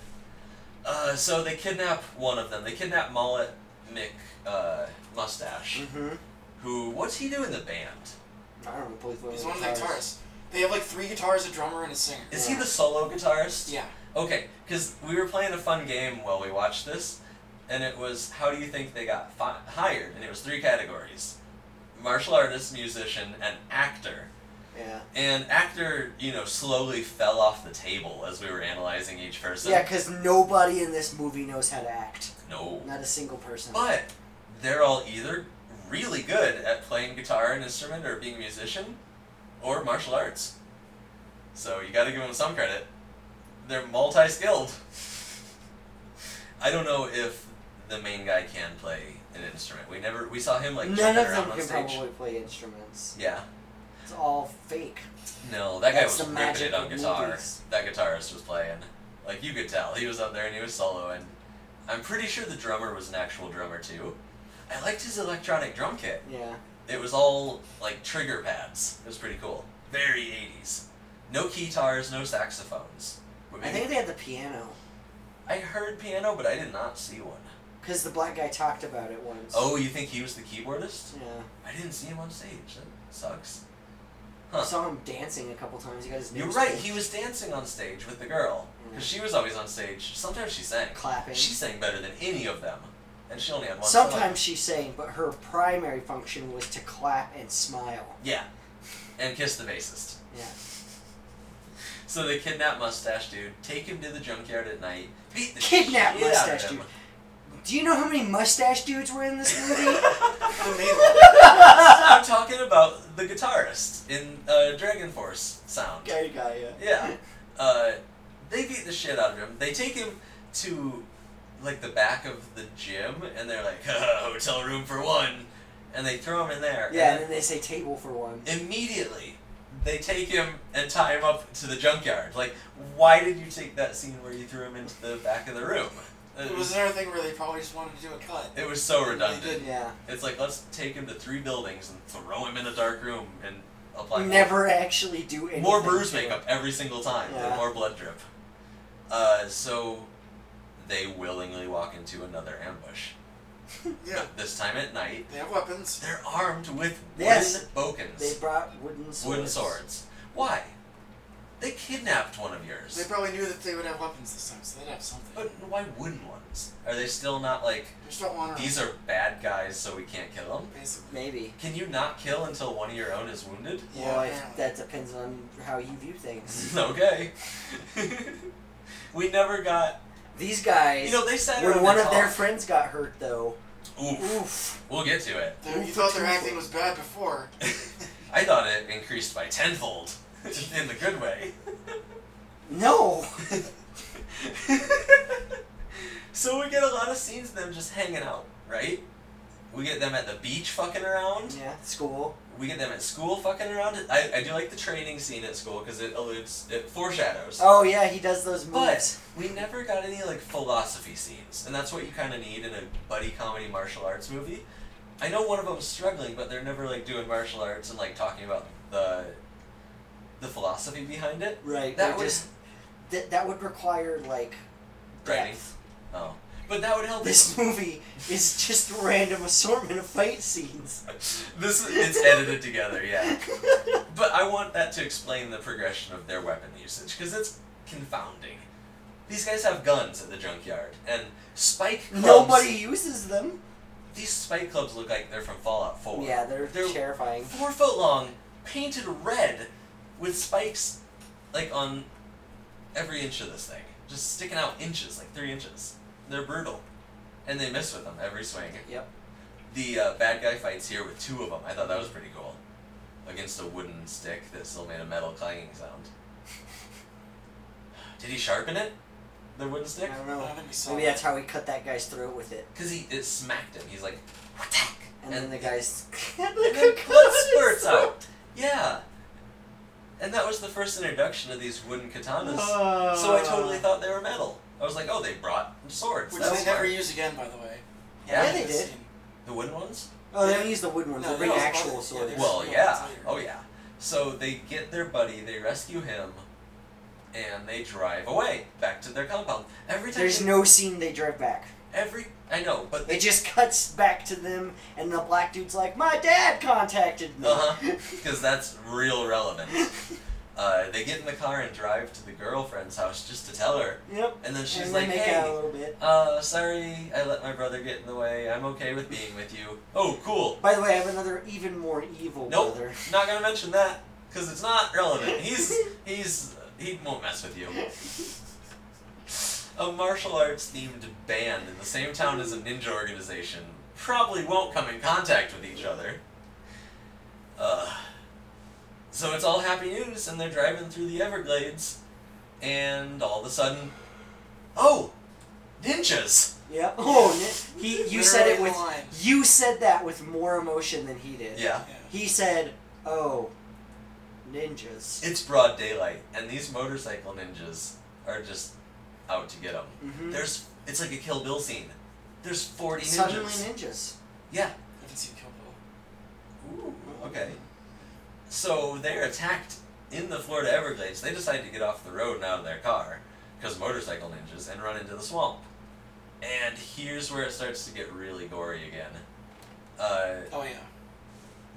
S1: Uh, so they kidnap one of them. They kidnap Mullet Mick uh, Mustache,
S2: Mm-hmm.
S1: who what's he do in the band?
S2: I don't know, please let
S3: He's
S2: me
S3: one of the guitarists. They have like three guitars, a drummer, and a singer.
S1: Is he
S2: Yeah.
S1: the solo guitarist?
S3: Yeah.
S1: Okay, because we were playing a fun game while we watched this, and it was how do you think they got fi- hired? And it was three categories: martial artist, musician, and actor.
S2: Yeah.
S1: And actor, you know, slowly fell off the table as we were analyzing each person.
S2: Yeah, because nobody in this movie knows how to act.
S1: No.
S2: Not a single person.
S1: But they're all either really good at playing guitar and instrument or being a musician or martial arts. So you got to give them some credit. They're multi skilled. I don't know if the main guy can play an instrument. We never we saw him like
S2: None
S1: jumping
S2: of
S1: around
S2: them
S1: on
S2: can
S1: stage.
S2: probably play instruments.
S1: Yeah.
S2: It's all fake.
S1: No, that guy
S2: That's
S1: was
S2: the
S1: ripping
S2: magic
S1: it on
S2: of
S1: guitar.
S2: movies.
S1: That guitarist was playing. Like you could tell, he was up there and he was soloing. I'm pretty sure the drummer was an actual drummer too. I liked his electronic drum kit.
S2: Yeah.
S1: It was all like trigger pads. It was pretty cool. Very 80s. No guitars, no saxophones. But
S2: I
S1: maybe-
S2: think they had the piano.
S1: I heard piano, but I did not see one.
S2: Because the black guy talked about it once.
S1: Oh, you think he was the keyboardist?
S2: Yeah.
S1: I didn't see him on stage. That sucks.
S2: I
S1: Huh.
S2: saw him dancing a couple times. He got his
S1: You're
S2: nose
S1: right.
S2: pinched.
S1: He was dancing on stage with the girl because she was always on stage. Sometimes she sang.
S2: Mm. clapping.
S1: She sang better than any of them, and she only had one. song.
S2: Sometimes she sang, but her primary function was to clap and smile.
S1: Yeah, and kiss the bassist.
S2: Yeah.
S1: So they kidnap mustache dude, take him to the junkyard at night, beat the
S2: Kidnap
S1: shit out of
S2: Mustache
S1: him.
S2: Dude. Do you know how many mustache dudes were in this movie?
S3: The main one.
S1: I'm talking about the guitarist in uh, Dragon Force sound.
S2: Gay guy, yeah.
S1: Yeah. Uh, they beat the shit out of him. They take him to like the back of the gym, and they're like, hotel room for one, and they throw him in there.
S2: Yeah,
S1: And
S2: and then they say table for one.
S1: immediately they take him and tie him up to the junkyard. Like, why did you take that scene where you threw him into the back of the room?
S3: It was another thing where they probably just wanted to do a cut.
S1: it was so
S3: They
S1: redundant.
S3: did.
S2: Yeah.
S1: It's like let's take him to three buildings and throw him in a dark room and apply
S2: Never actually do anything.
S1: more bruise
S2: to it.
S1: makeup every single time, and
S2: Yeah.
S1: more blood drip. Uh, so they willingly walk into another ambush.
S3: Yeah.
S1: But this time at night,
S3: They have weapons.
S1: they're armed with wooden
S2: Yes.
S1: bokens,
S2: They brought wooden swords.
S1: wooden swords. Why? They kidnapped one of yours.
S3: They probably knew that they would have weapons this time, so they'd have something.
S1: but why wooden ones? Are they still not like
S3: They just don't want to.
S1: these are bad guys, so we can't kill them?
S3: basically.
S2: Maybe.
S1: Can you not kill until one of your own is wounded?
S3: Yeah.
S2: well,
S3: apparently.
S2: if that depends on how you view things.
S1: okay. we never got.
S2: These guys.
S1: You know, they sat
S2: when
S1: around
S2: one
S1: and
S2: of their
S1: talked.
S2: friends got hurt, though.
S1: Oof.
S2: Oof.
S1: We'll get to it.
S3: They- you thought their acting was bad before.
S1: I thought it increased by tenfold in the good way.
S2: No.
S1: so we get a lot of scenes of them just hanging out, right? We get them at the beach fucking around.
S2: yeah. School.
S1: We get them at school fucking around. I, I do like the training scene at school because it alludes, it foreshadows.
S2: Oh yeah, he does those
S1: But
S2: moves.
S1: we never got any like philosophy scenes, and that's what you kind of need in a buddy comedy martial arts movie. I know one of them's struggling, but they're never like doing martial arts and like talking about the the philosophy behind it.
S2: right.
S1: That
S2: they're
S1: would
S2: just th- that would require like
S1: Writing.
S2: depth.
S1: oh, but that would help.
S2: This movie is just a random assortment of fight scenes.
S1: this it's edited together, yeah. But I want that to explain the progression of their weapon usage because it's confounding. These guys have guns at the junkyard and spike clubs.
S2: Nobody uses them.
S1: These spike clubs look like they're from Fallout Four.
S2: Yeah, they're,
S1: They're-
S2: terrifying.
S1: four foot long, painted red, with spikes like on every inch of this thing, just sticking out inches, like three inches. They're brutal, and they miss with them every swing.
S2: Yep.
S1: The uh, bad guy fights here with two of them. I thought that was pretty cool, against a wooden stick that still made a metal clanging sound. Did he sharpen it? The wooden
S2: I
S1: stick?
S2: don't
S3: I
S2: know.
S3: haven't been saw
S2: Maybe that's how he cut that guy's throat with it,
S1: Cause he it smacked him. He's like, attack,
S2: and, then the guy's and
S1: and then blood spurts out. Yeah. And that was the first introduction of these wooden katanas. so I
S2: Ah.
S1: totally thought they were metal. I was like, oh, they brought swords.
S3: Which
S1: That's
S3: they never
S1: smart.
S3: use again, by the way.
S1: Yeah.
S2: Yeah, they did.
S3: Scene.
S1: The wooden ones?
S2: Oh, they don't use the wooden ones.
S3: No,
S2: they
S3: they
S2: bring
S3: use
S2: actual
S3: bullets. Yeah,
S2: swords.
S3: There's
S1: well,
S3: no
S1: yeah.
S3: ones later.
S1: Oh, yeah. So they get their buddy, they rescue him, and they drive away back to their compound. Every time.
S2: There's
S1: they-
S2: no scene they drive back.
S1: Every. I know, but they.
S2: It just cuts back to them, and the black dude's like, "My dad contacted me."
S1: Uh-huh. Because that's real relevant. Uh, they get in the car and drive to the girlfriend's house just to tell her.
S2: yep.
S1: And then she's
S2: and
S1: like,
S2: they make
S1: hey.
S2: out a little bit.
S1: Uh, sorry, I let my brother get in the way. I'm okay with being with you. Oh, cool.
S2: By the way, I have another even more evil
S1: Nope,
S2: brother.
S1: not gonna mention that because it's not relevant. He's he's he won't mess with you. A martial arts themed band in the same town as a ninja organization probably won't come in contact with each other. Uh, so it's all happy news, and they're driving through the Everglades, and all of a sudden, oh, ninjas!
S2: Yep. Oh, ni- he. You said it
S3: Literally
S2: with.
S3: the line.
S2: You said that with more emotion than he did.
S1: Yeah.
S3: Yeah.
S2: He said, "Oh, ninjas."
S1: It's broad daylight, and these motorcycle ninjas are just out to get them.
S2: Mhm.
S1: There's, it's like a Kill Bill scene. There's 40 ninjas.
S2: Suddenly ninjas.
S1: yeah.
S3: I haven't seen Kill Bill.
S1: Ooh, okay. So they're attacked in the Florida Everglades. They decide to get off the road and out of their car, because motorcycle ninjas, and run into the swamp. And here's where it starts to get really gory again. Uh,
S3: Oh yeah.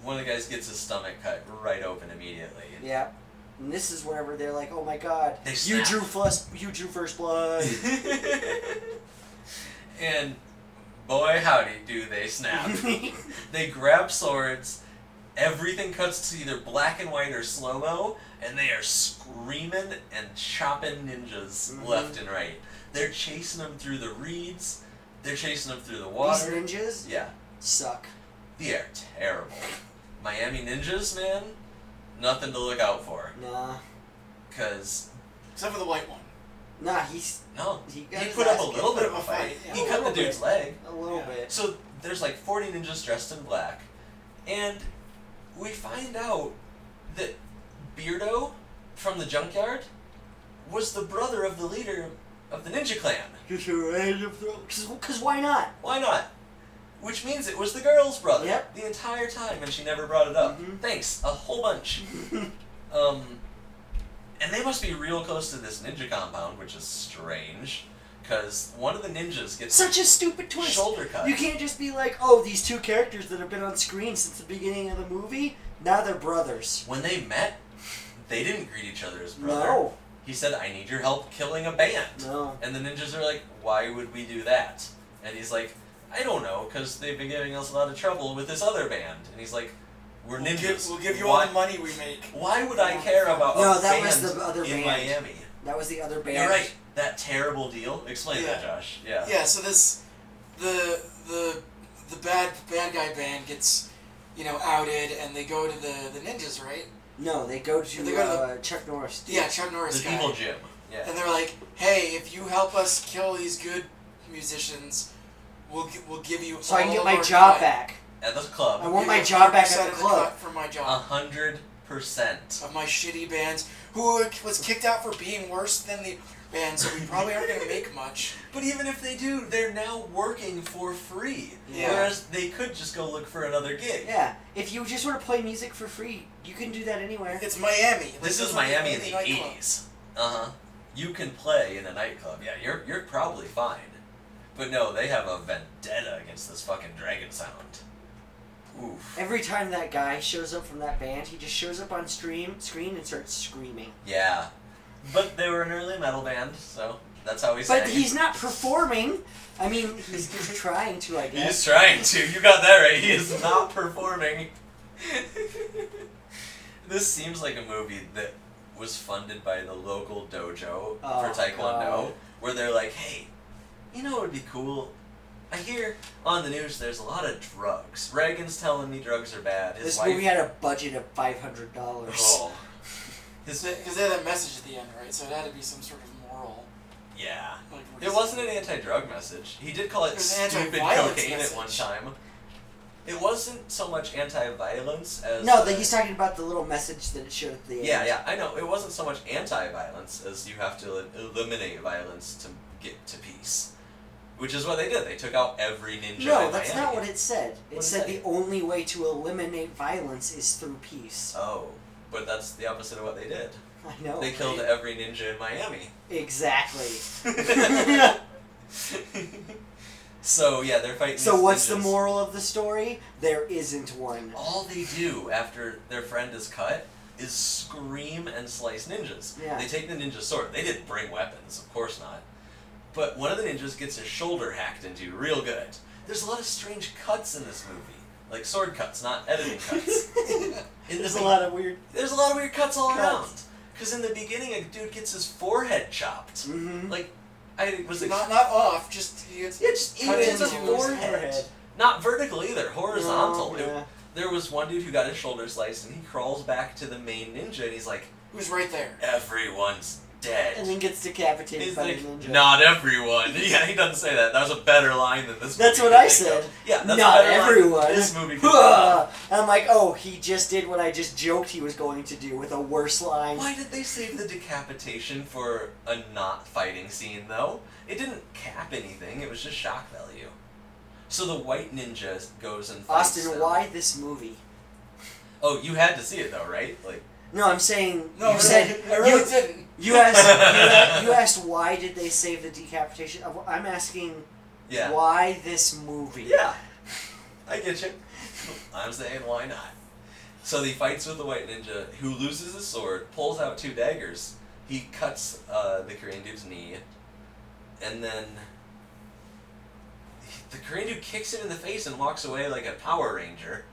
S1: one of the guys gets his stomach cut right open immediately.
S2: Yeah. And this is whenever they're like, "Oh my God,
S1: They
S2: you
S1: snap.
S2: drew first, you drew first blood."
S1: and boy howdy do they snap they grab swords everything cuts to either black and white or slow mo and they are screaming and chopping ninjas
S2: Mhm.
S1: left and right they're chasing them through the reeds they're chasing them through the
S2: These
S1: water
S2: ninjas
S1: yeah
S2: suck.
S1: they are terrible miami ninjas man nothing to look out for
S2: Nah,
S1: because
S3: Except for the white one.
S2: nah, he's
S1: no
S2: He
S1: he,
S2: got his
S1: put up
S2: ass
S1: a
S2: kicked.
S1: little bit of a fight
S3: Yeah.
S1: he cut the dude's leg
S2: a little
S3: Yeah.
S2: bit.
S1: So there's like 40 ninjas dressed in black, and we find out that Beardo from the junkyard was the brother of the leader of the ninja clan.
S2: Just a random throw. Cause, cause why not?
S1: Why not? Which means it was the girl's brother
S2: Yep.
S1: the entire time, and she never brought it up.
S2: Mhm.
S1: Thanks, a whole bunch. um, and they must be real close to this ninja compound, which is strange, because one of the ninjas gets
S2: Such a stupid twist.
S1: Shoulder cut.
S2: You can't just be like, oh, these two characters that have been on screen since the beginning of the movie, now they're brothers.
S1: when they met. They didn't greet each other as brother.
S2: No.
S1: He said, "I need your help killing a band."
S2: No.
S1: And the ninjas are like, "Why would we do that?" And he's like, "I don't know, because they've been giving us a lot of trouble with this other band." And he's like, "We're
S3: We'll
S1: ninjas.
S3: give, we'll give you
S1: why,
S3: all the money we make.
S1: Why would I care about
S2: No,
S1: a
S2: that
S1: band
S2: was the other
S1: in
S2: band.
S1: Miami?"
S2: That was the other band.
S1: You're right. That terrible deal. Explain that,
S3: Yeah.
S1: Josh. Yeah.
S3: Yeah, so this the the the bad bad guy band gets you know outed and they go to the the ninjas, right?
S2: No, they go to,
S3: They go to
S2: uh, Chuck Norris.
S3: Yeah, Chuck Norris
S1: The
S3: guy.
S1: evil Jim. Yeah.
S3: And they're like, "Hey, if you help us kill these good musicians, we'll gi- we'll give you
S2: So I can
S3: all
S2: get
S3: of
S2: my
S3: our
S2: job
S3: cut.
S2: back.
S1: At the
S2: I
S1: club,
S2: want
S3: You
S2: my
S3: get
S2: job back
S3: 50%
S2: at the
S3: of
S2: club.
S3: cut from my
S1: a
S3: job
S1: hundred percent.
S3: of my shitty bands who was kicked out for being worse than the band, so we probably aren't gonna make much.
S1: But even if they do, they're now working for free.
S3: Yeah.
S1: Whereas they could just go look for another gig.
S2: Yeah. If you just want to play music for free, you can do that anywhere.
S3: It's Miami. Like,
S1: This
S3: there's
S1: is
S3: not
S1: Miami in
S3: any
S1: the
S3: nightclub.
S1: eighties. Uh huh. You can play in a nightclub. Yeah, you're you're probably fine. But no, they have a vendetta against this fucking dragon sound. Oof.
S2: Every time that guy shows up from that band, he just shows up on stream screen and starts screaming.
S1: Yeah. But they were an early metal band, so that's how we sang.
S2: But he's not performing. I mean, he's just trying to, I
S1: He's
S2: guess.
S1: trying to. You got that right. He is not performing. this seems like a movie that was funded by the local dojo
S2: Oh,
S1: for Taekwondo,
S2: God.
S1: where they're like, hey, you know what would be cool? I hear on the news there's a lot of drugs. Reagan's telling me drugs are bad. His
S2: This
S1: wife.
S2: movie had a budget of five hundred dollars.
S1: oh. His,
S3: Because they had that message at the end, right? So it had to be some sort of moral.
S1: yeah.
S3: Like,
S1: It wasn't an anti-drug message. He did call it,
S3: It was an
S1: stupid
S3: anti-violence
S1: cocaine at one
S3: message.
S1: time. It wasn't so much anti-violence as
S2: No,
S1: the-
S2: that he's talking about the little message that it showed at the end.
S1: Yeah, yeah, I know. It wasn't so much anti-violence as you have to el- eliminate violence to get to peace, which is what they did. They took out every ninja.
S2: No,
S1: in
S2: that's
S1: Miami.
S2: not what it said. It
S1: What is
S2: said
S1: it?
S2: the only way to eliminate violence is through peace.
S1: Oh, but that's the opposite of what they did.
S2: I know.
S1: they killed
S3: right.
S1: every ninja in Miami.
S2: Exactly.
S1: so yeah, they're fighting.
S2: So
S1: these
S2: what's the
S1: ninjas.
S2: moral of the story? There isn't one.
S1: All they do after their friend is cut is scream and slice ninjas.
S2: Yeah.
S1: They take the ninja sword. They didn't bring weapons, of course not. But one of the ninjas gets his shoulder hacked into real good. There's a lot of strange cuts in this movie. Like sword cuts, not editing cuts. In
S2: There's
S1: this
S2: a lot of weird.
S1: there's a lot of weird cuts all
S2: Cuts.
S1: around. Because in the beginning, a dude gets his forehead chopped.
S2: Mhm.
S1: Like, I was like,
S3: not not off, just you get
S1: yeah, just
S3: cut
S1: even in
S3: into
S1: the
S3: his
S1: forehead. Not vertical either, horizontal.
S2: No,
S1: It-
S2: Oh, yeah.
S1: there was one dude who got his shoulder sliced, and he crawls back to the main ninja, and he's like,
S3: Who's right there?
S1: "Everyone's dead."
S2: And then gets decapitated
S1: he's
S2: by
S1: like,
S2: the ninja.
S1: "Not everyone." Yeah, he doesn't say that. That was a better line than this.
S2: That's
S1: movie
S2: what
S1: could
S2: I
S1: think of.
S2: said.
S1: Yeah, that's a
S2: Not
S1: better line
S2: everyone.
S1: than This movie. could think of.
S2: Huh. And I'm like, oh, he just did what I just joked he was going to do with a worse line.
S1: Why did they save the decapitation for a not fighting scene, though? It didn't cap anything, it was just shock value. So the white ninja goes and fights.
S2: Austin,
S1: them.
S2: why this movie?
S1: Oh, you had to see it, though, right? Like,
S2: No, I'm saying
S3: No,
S2: you
S3: really,
S2: said
S3: I really
S2: you,
S3: didn't.
S2: you asked you, a- you asked why did they save the decapitation? Uh, I'm asking
S1: yeah.
S2: why this movie?
S1: Yeah. I get you. I'm saying why not? So he fights with the white ninja, who loses his sword, pulls out two daggers. He cuts uh, the Korean dude's knee, and then the Korean dude kicks him in the face and walks away like a Power Ranger.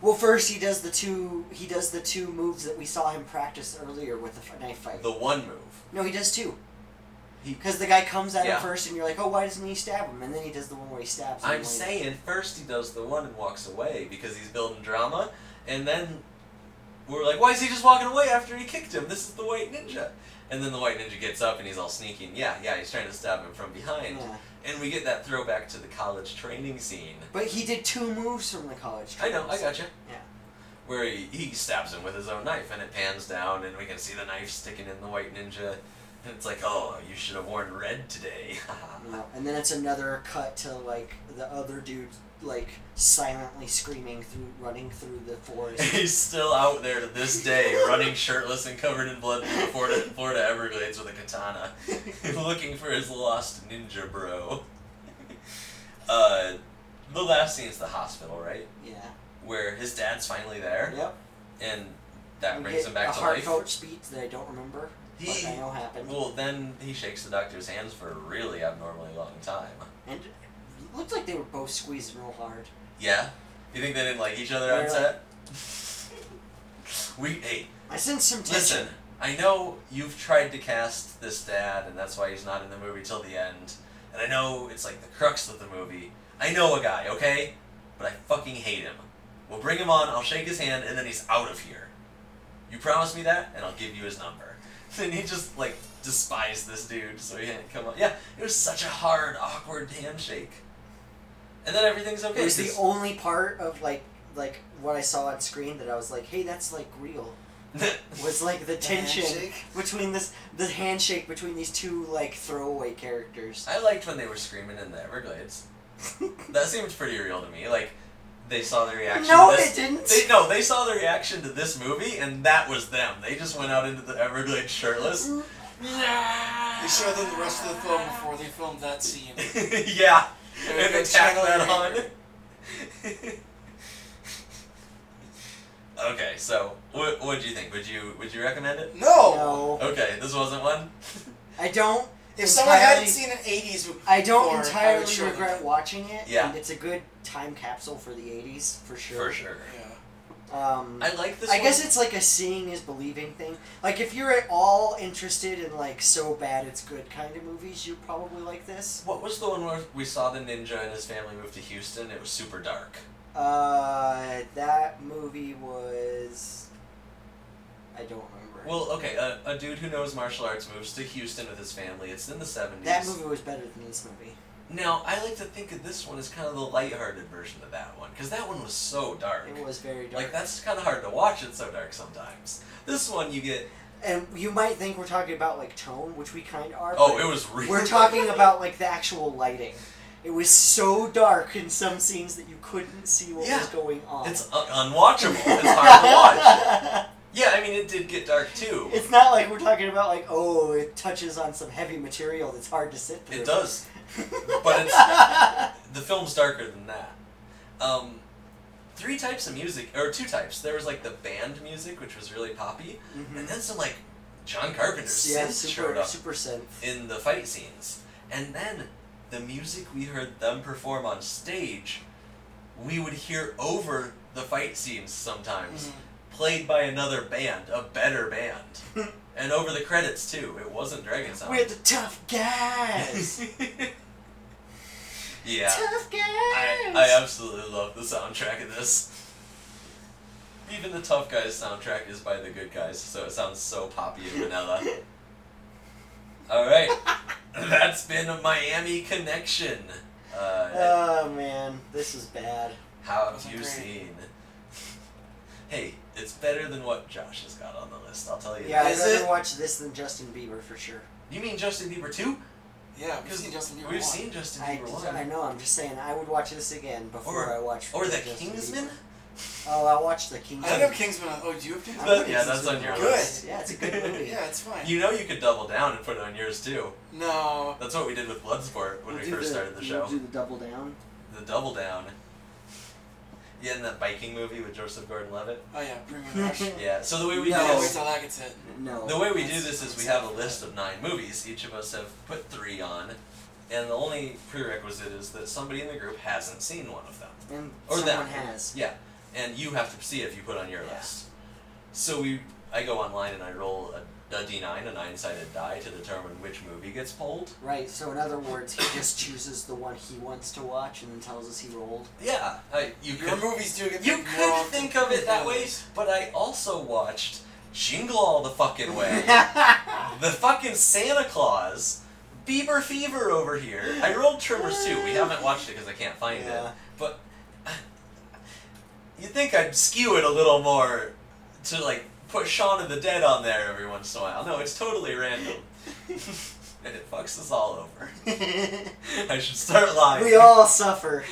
S2: Well, first he does the two he does the two moves that we saw him practice earlier with the f- knife fight.
S1: The one move.
S2: no, he does two.
S1: He-
S2: Because the guy comes at
S1: Yeah.
S2: him first, and you're like, "Oh, why doesn't he stab him?" And then he does the one where he stabs. him
S1: I'm
S2: later.
S1: saying first he does the one and walks away because he's building drama, and then we're like, why is he just walking away after he kicked him? This is the white ninja. And then the white ninja gets up and he's all sneaky and yeah, yeah, he's trying to stab him from behind.
S2: Yeah.
S1: And we get that throwback to the college training scene.
S2: But he did two moves from the college.
S1: I know, I
S2: trials.
S1: gotcha.
S2: Yeah.
S1: Where he, he stabs him with his own knife and it pans down and we can see the knife sticking in the white ninja. And it's like, oh, you should have worn red today.
S2: No. And then it's another cut to like the other dude like silently screaming through running through the forest.
S1: He's still out there to this day, running shirtless and covered in blood through the Florida, Florida Everglades with a katana, looking for his lost ninja bro. Uh, the last scene is the hospital, right?
S2: yeah.
S1: Where his dad's finally there,
S2: Yep.
S1: and that
S2: We
S1: brings
S2: get
S1: him
S2: a
S1: back to life.
S2: heartfelt speech that I don't remember.
S1: He-
S2: but I know happened.
S1: Well, then he shakes the doctor's hands for a really abnormally long time.
S2: And it looked like they were both squeezing real hard.
S1: Yeah? You think they didn't like each other on
S2: Yeah.
S1: set? we, hey,
S2: I sense some tension.
S1: Listen, I know you've tried to cast this dad, and that's why he's not in the movie till the end. And I know it's like the crux of the movie. I know a guy, okay? But I fucking hate him. We'll bring him on, I'll shake his hand, and then he's out of here. You promise me that, and I'll give you his number. Then he just, like, despised this dude, so he hadn't come on. Yeah, it was such a hard, awkward handshake. And then everything's okay.
S2: It was the
S1: 'cause-
S2: only part of like like what I saw on screen that I was like, hey, that's like real. Was like the tension
S3: handshake?
S2: between this the handshake between these two like throwaway characters.
S1: I liked when they were screaming in the Everglades. That seemed pretty real to me. Like they saw the reaction.
S2: No,
S1: to this,
S2: they didn't.
S1: They, no, they saw the reaction to this movie, and that was them. They just went out into the Everglades shirtless.
S2: Mm-hmm.
S3: They showed them the rest of the film before they filmed that scene.
S1: yeah, and
S3: And they
S1: then tacked
S3: channeled
S1: that on.
S3: their anger.
S1: okay, so what what do you think? Would you would you recommend it?
S3: No.
S2: No,
S1: Okay, this wasn't one.
S2: I don't.
S3: If someone hadn't
S2: entirely-
S3: seen an '80s movie,
S2: I don't
S3: before, I would
S2: entirely
S3: show them.
S2: regret watching it.
S1: Yeah.
S2: and it's a good time capsule for the '80s for
S1: For
S2: sure.
S1: sure.
S3: Yeah.
S2: Um,
S1: I like this.
S2: I
S1: one.
S2: guess it's like a seeing is believing thing. Like if you're at all interested in like so bad it's good kind of movies, you probably like this.
S1: What was the one where we saw the ninja and his family move to Houston? It was super dark.
S2: Uh, that movie was. I don't remember.
S1: Well, okay, a, a dude who knows martial arts moves to Houston with his family. It's in the 70s.
S2: that movie was better than this movie.
S1: Now, I like to think of this one as kind of the lighthearted version of that one, because that one was so dark.
S2: It was very dark.
S1: Like, that's kind of hard to watch, it's so dark sometimes. This one, you get.
S2: and you might think we're talking about like tone, which we kind of are.
S1: Oh,
S2: but
S1: it was really.
S2: we're talking about like the actual lighting. It was so dark in some scenes that you couldn't see what
S1: Yeah.
S2: was going on.
S1: It's un- unwatchable. It's hard to watch. Yeah, I mean, it did get dark too.
S2: It's not like we're talking about like oh it touches on some heavy material that's hard to sit through.
S1: It does. But it's the film's darker than that. Um, three types of music, or two types. There was like the band music, which was really poppy, and then some like John Carpenter
S2: Mm-hmm. yeah,
S1: synths showed
S2: super
S1: up
S2: super synth.
S1: in the fight scenes, and then the music we heard them perform on stage, we would hear over the fight scenes sometimes,
S2: Mm-hmm.
S1: played by another band, a better band, and over the credits too. It wasn't Dragon Sound.
S2: We're the tough guys.
S1: yeah.
S2: Tough guys.
S1: I, I absolutely love the soundtrack of this. Even the Tough Guys soundtrack is by the Good Guys, so it sounds so poppy and vanilla. Alright, that's been a Miami Connection. Uh,
S2: oh man, this is bad.
S1: how have
S3: wasn't
S1: you
S3: great.
S1: seen? Hey, it's better than what Josh has got on the list, I'll tell you.
S2: Yeah,
S1: that.
S2: I'd
S3: Is
S2: rather
S3: it?
S2: watch this than Justin Bieber for sure.
S1: You mean Justin Bieber too?
S3: Yeah, we've seen Justin Bieber.
S1: We've
S3: one.
S1: seen Justin
S2: I,
S1: Bieber 1.
S2: I know. I'm just saying. I would watch this again before
S1: Or-
S2: I watch.
S1: Or The
S2: Justin
S1: Kingsman?
S2: Bieber. Oh, I watched the Kingsman.
S3: I don't know Kingsman. On, oh, do you have Kingsman?
S1: That- yeah, that's on your
S2: Good.
S1: list.
S2: Yeah, it's a good movie.
S3: Yeah, it's fine.
S1: You know you could double down and put it on yours too.
S3: no.
S1: That's what we did with Bloodsport when
S2: We'll
S1: we
S2: do
S1: first started the
S2: we'll
S1: show.
S2: do the double down.
S1: The Double Down. Yeah, in that biking movie with Joseph Gordon-Levitt.
S3: Oh yeah, Premium Rush. Can't
S1: Yeah. So the way we
S2: No.
S1: do
S3: wait
S1: this,
S3: till that gets hit.
S2: No.
S1: the way we do this is we have a list of nine movies. Each of us have put three on, and the only prerequisite is that somebody in the group hasn't seen one of them.
S2: and
S1: Or
S2: someone
S1: that.
S2: has.
S1: Yeah, and you have to see if you put on your
S2: Yeah.
S1: list. So we, I go online and I roll a, a d9, a nine-sided die, to determine which movie gets pulled.
S2: Right. So in other words, he just chooses the one he wants to watch and then tells us he rolled.
S1: Yeah, I, you
S3: Your
S1: could
S3: movies do get
S1: You
S3: picked more
S1: could
S3: often
S1: think
S3: than
S1: of it that way,
S3: others.
S1: but I also watched Jingle All the Fucking Way, the fucking Santa Claus, Bieber Fever over here. I rolled Tremors too. We haven't watched it because I can't find
S2: Yeah.
S1: it. But you think I'd skew it a little more to like put Shaun of the Dead on there every once in a while. No, it's totally random. and it fucks us all over. I should start lying.
S2: We all suffer.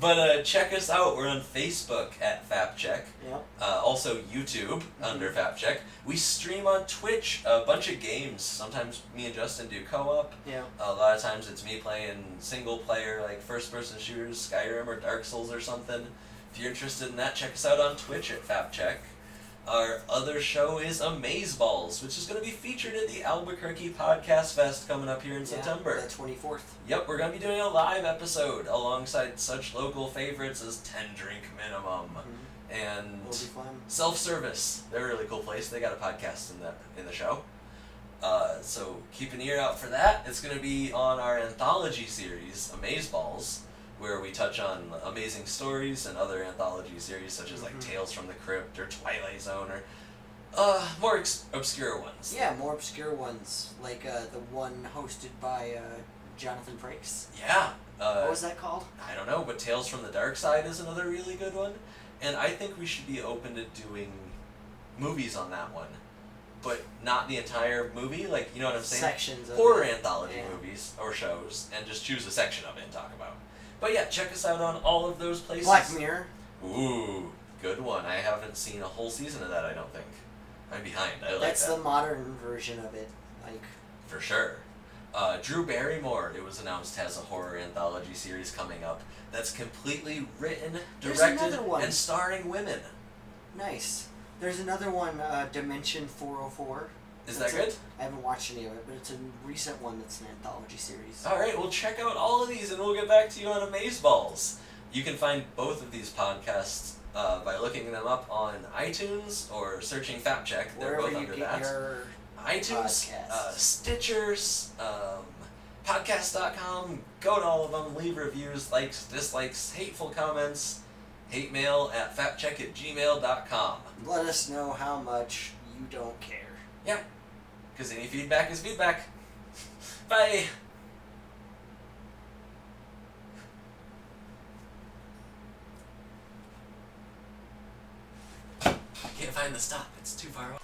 S1: but uh, check us out. We're on Facebook at FapCheck.
S2: Yep.
S1: Uh, also YouTube under FapCheck. We stream on Twitch a bunch of games. Sometimes me and Justin do co-op.
S2: Yeah.
S1: A lot of times it's me playing single player, like first person shooters, Skyrim or Dark Souls or something. If you're interested in that, check us out on Twitch at FapCheck. Our other show is Amazeballs, which is going to be featured at the Albuquerque Podcast Fest coming up here in September.
S2: The twenty fourth.
S1: Yep, we're going to be doing a live episode alongside such local favorites as 10 Drink Minimum and
S2: Will Mhm. be fun.
S1: Self Service. They're a really cool place. They got a podcast in the, in the show. Uh, so keep an ear out for that. It's going to be on our anthology series, Amazeballs, where we touch on amazing stories and other anthology series such as like
S2: Mhm.
S1: Tales from the Crypt or Twilight Zone or uh, more ex- obscure ones.
S2: Yeah, more obscure ones like uh, the one hosted by uh, Jonathan Frakes.
S1: Yeah. Uh,
S2: What was that called?
S1: I don't know, but Tales from the Dark Side is another really good one. And I think we should be open to doing movies on that one. But not the entire movie, like you know what I'm saying?
S2: Sections of
S1: Horror
S2: it.
S1: anthology
S2: Yeah.
S1: movies or shows and just choose a section of it and talk about. it. But yeah, check us out on all of those places.
S2: Black Mirror.
S1: Ooh, good one. I haven't seen a whole season of that, I don't think. I'm behind. I like
S2: That's
S1: that.
S2: the modern version of it. Like
S1: For sure. Uh, Drew Barrymore, it was announced, has a horror anthology series coming up that's completely written,
S2: There's
S1: directed,
S2: another one.
S1: and starring women.
S2: nice. There's another one, uh, Dimension four hundred four.
S1: Is
S2: That's
S1: that good?
S2: it. I haven't watched any of it, but it's a recent one that's an anthology series.
S1: All right, well, check out all of these and we'll get back to you on Amazeballs. You can find both of these podcasts uh, by looking them up on iTunes or searching Fact Check. They're
S2: Wherever
S1: both
S2: you
S1: under
S2: get
S1: that.
S2: your
S1: iTunes, uh,
S2: podcasts.
S1: Stitchers, um, podcast.com. Go to all of them, leave reviews, likes, dislikes, hateful comments, hate mail at factcheck at gmail.com.
S2: let us know how much you don't care.
S1: Because any feedback is feedback. Bye. I can't find the stop, it's too far away.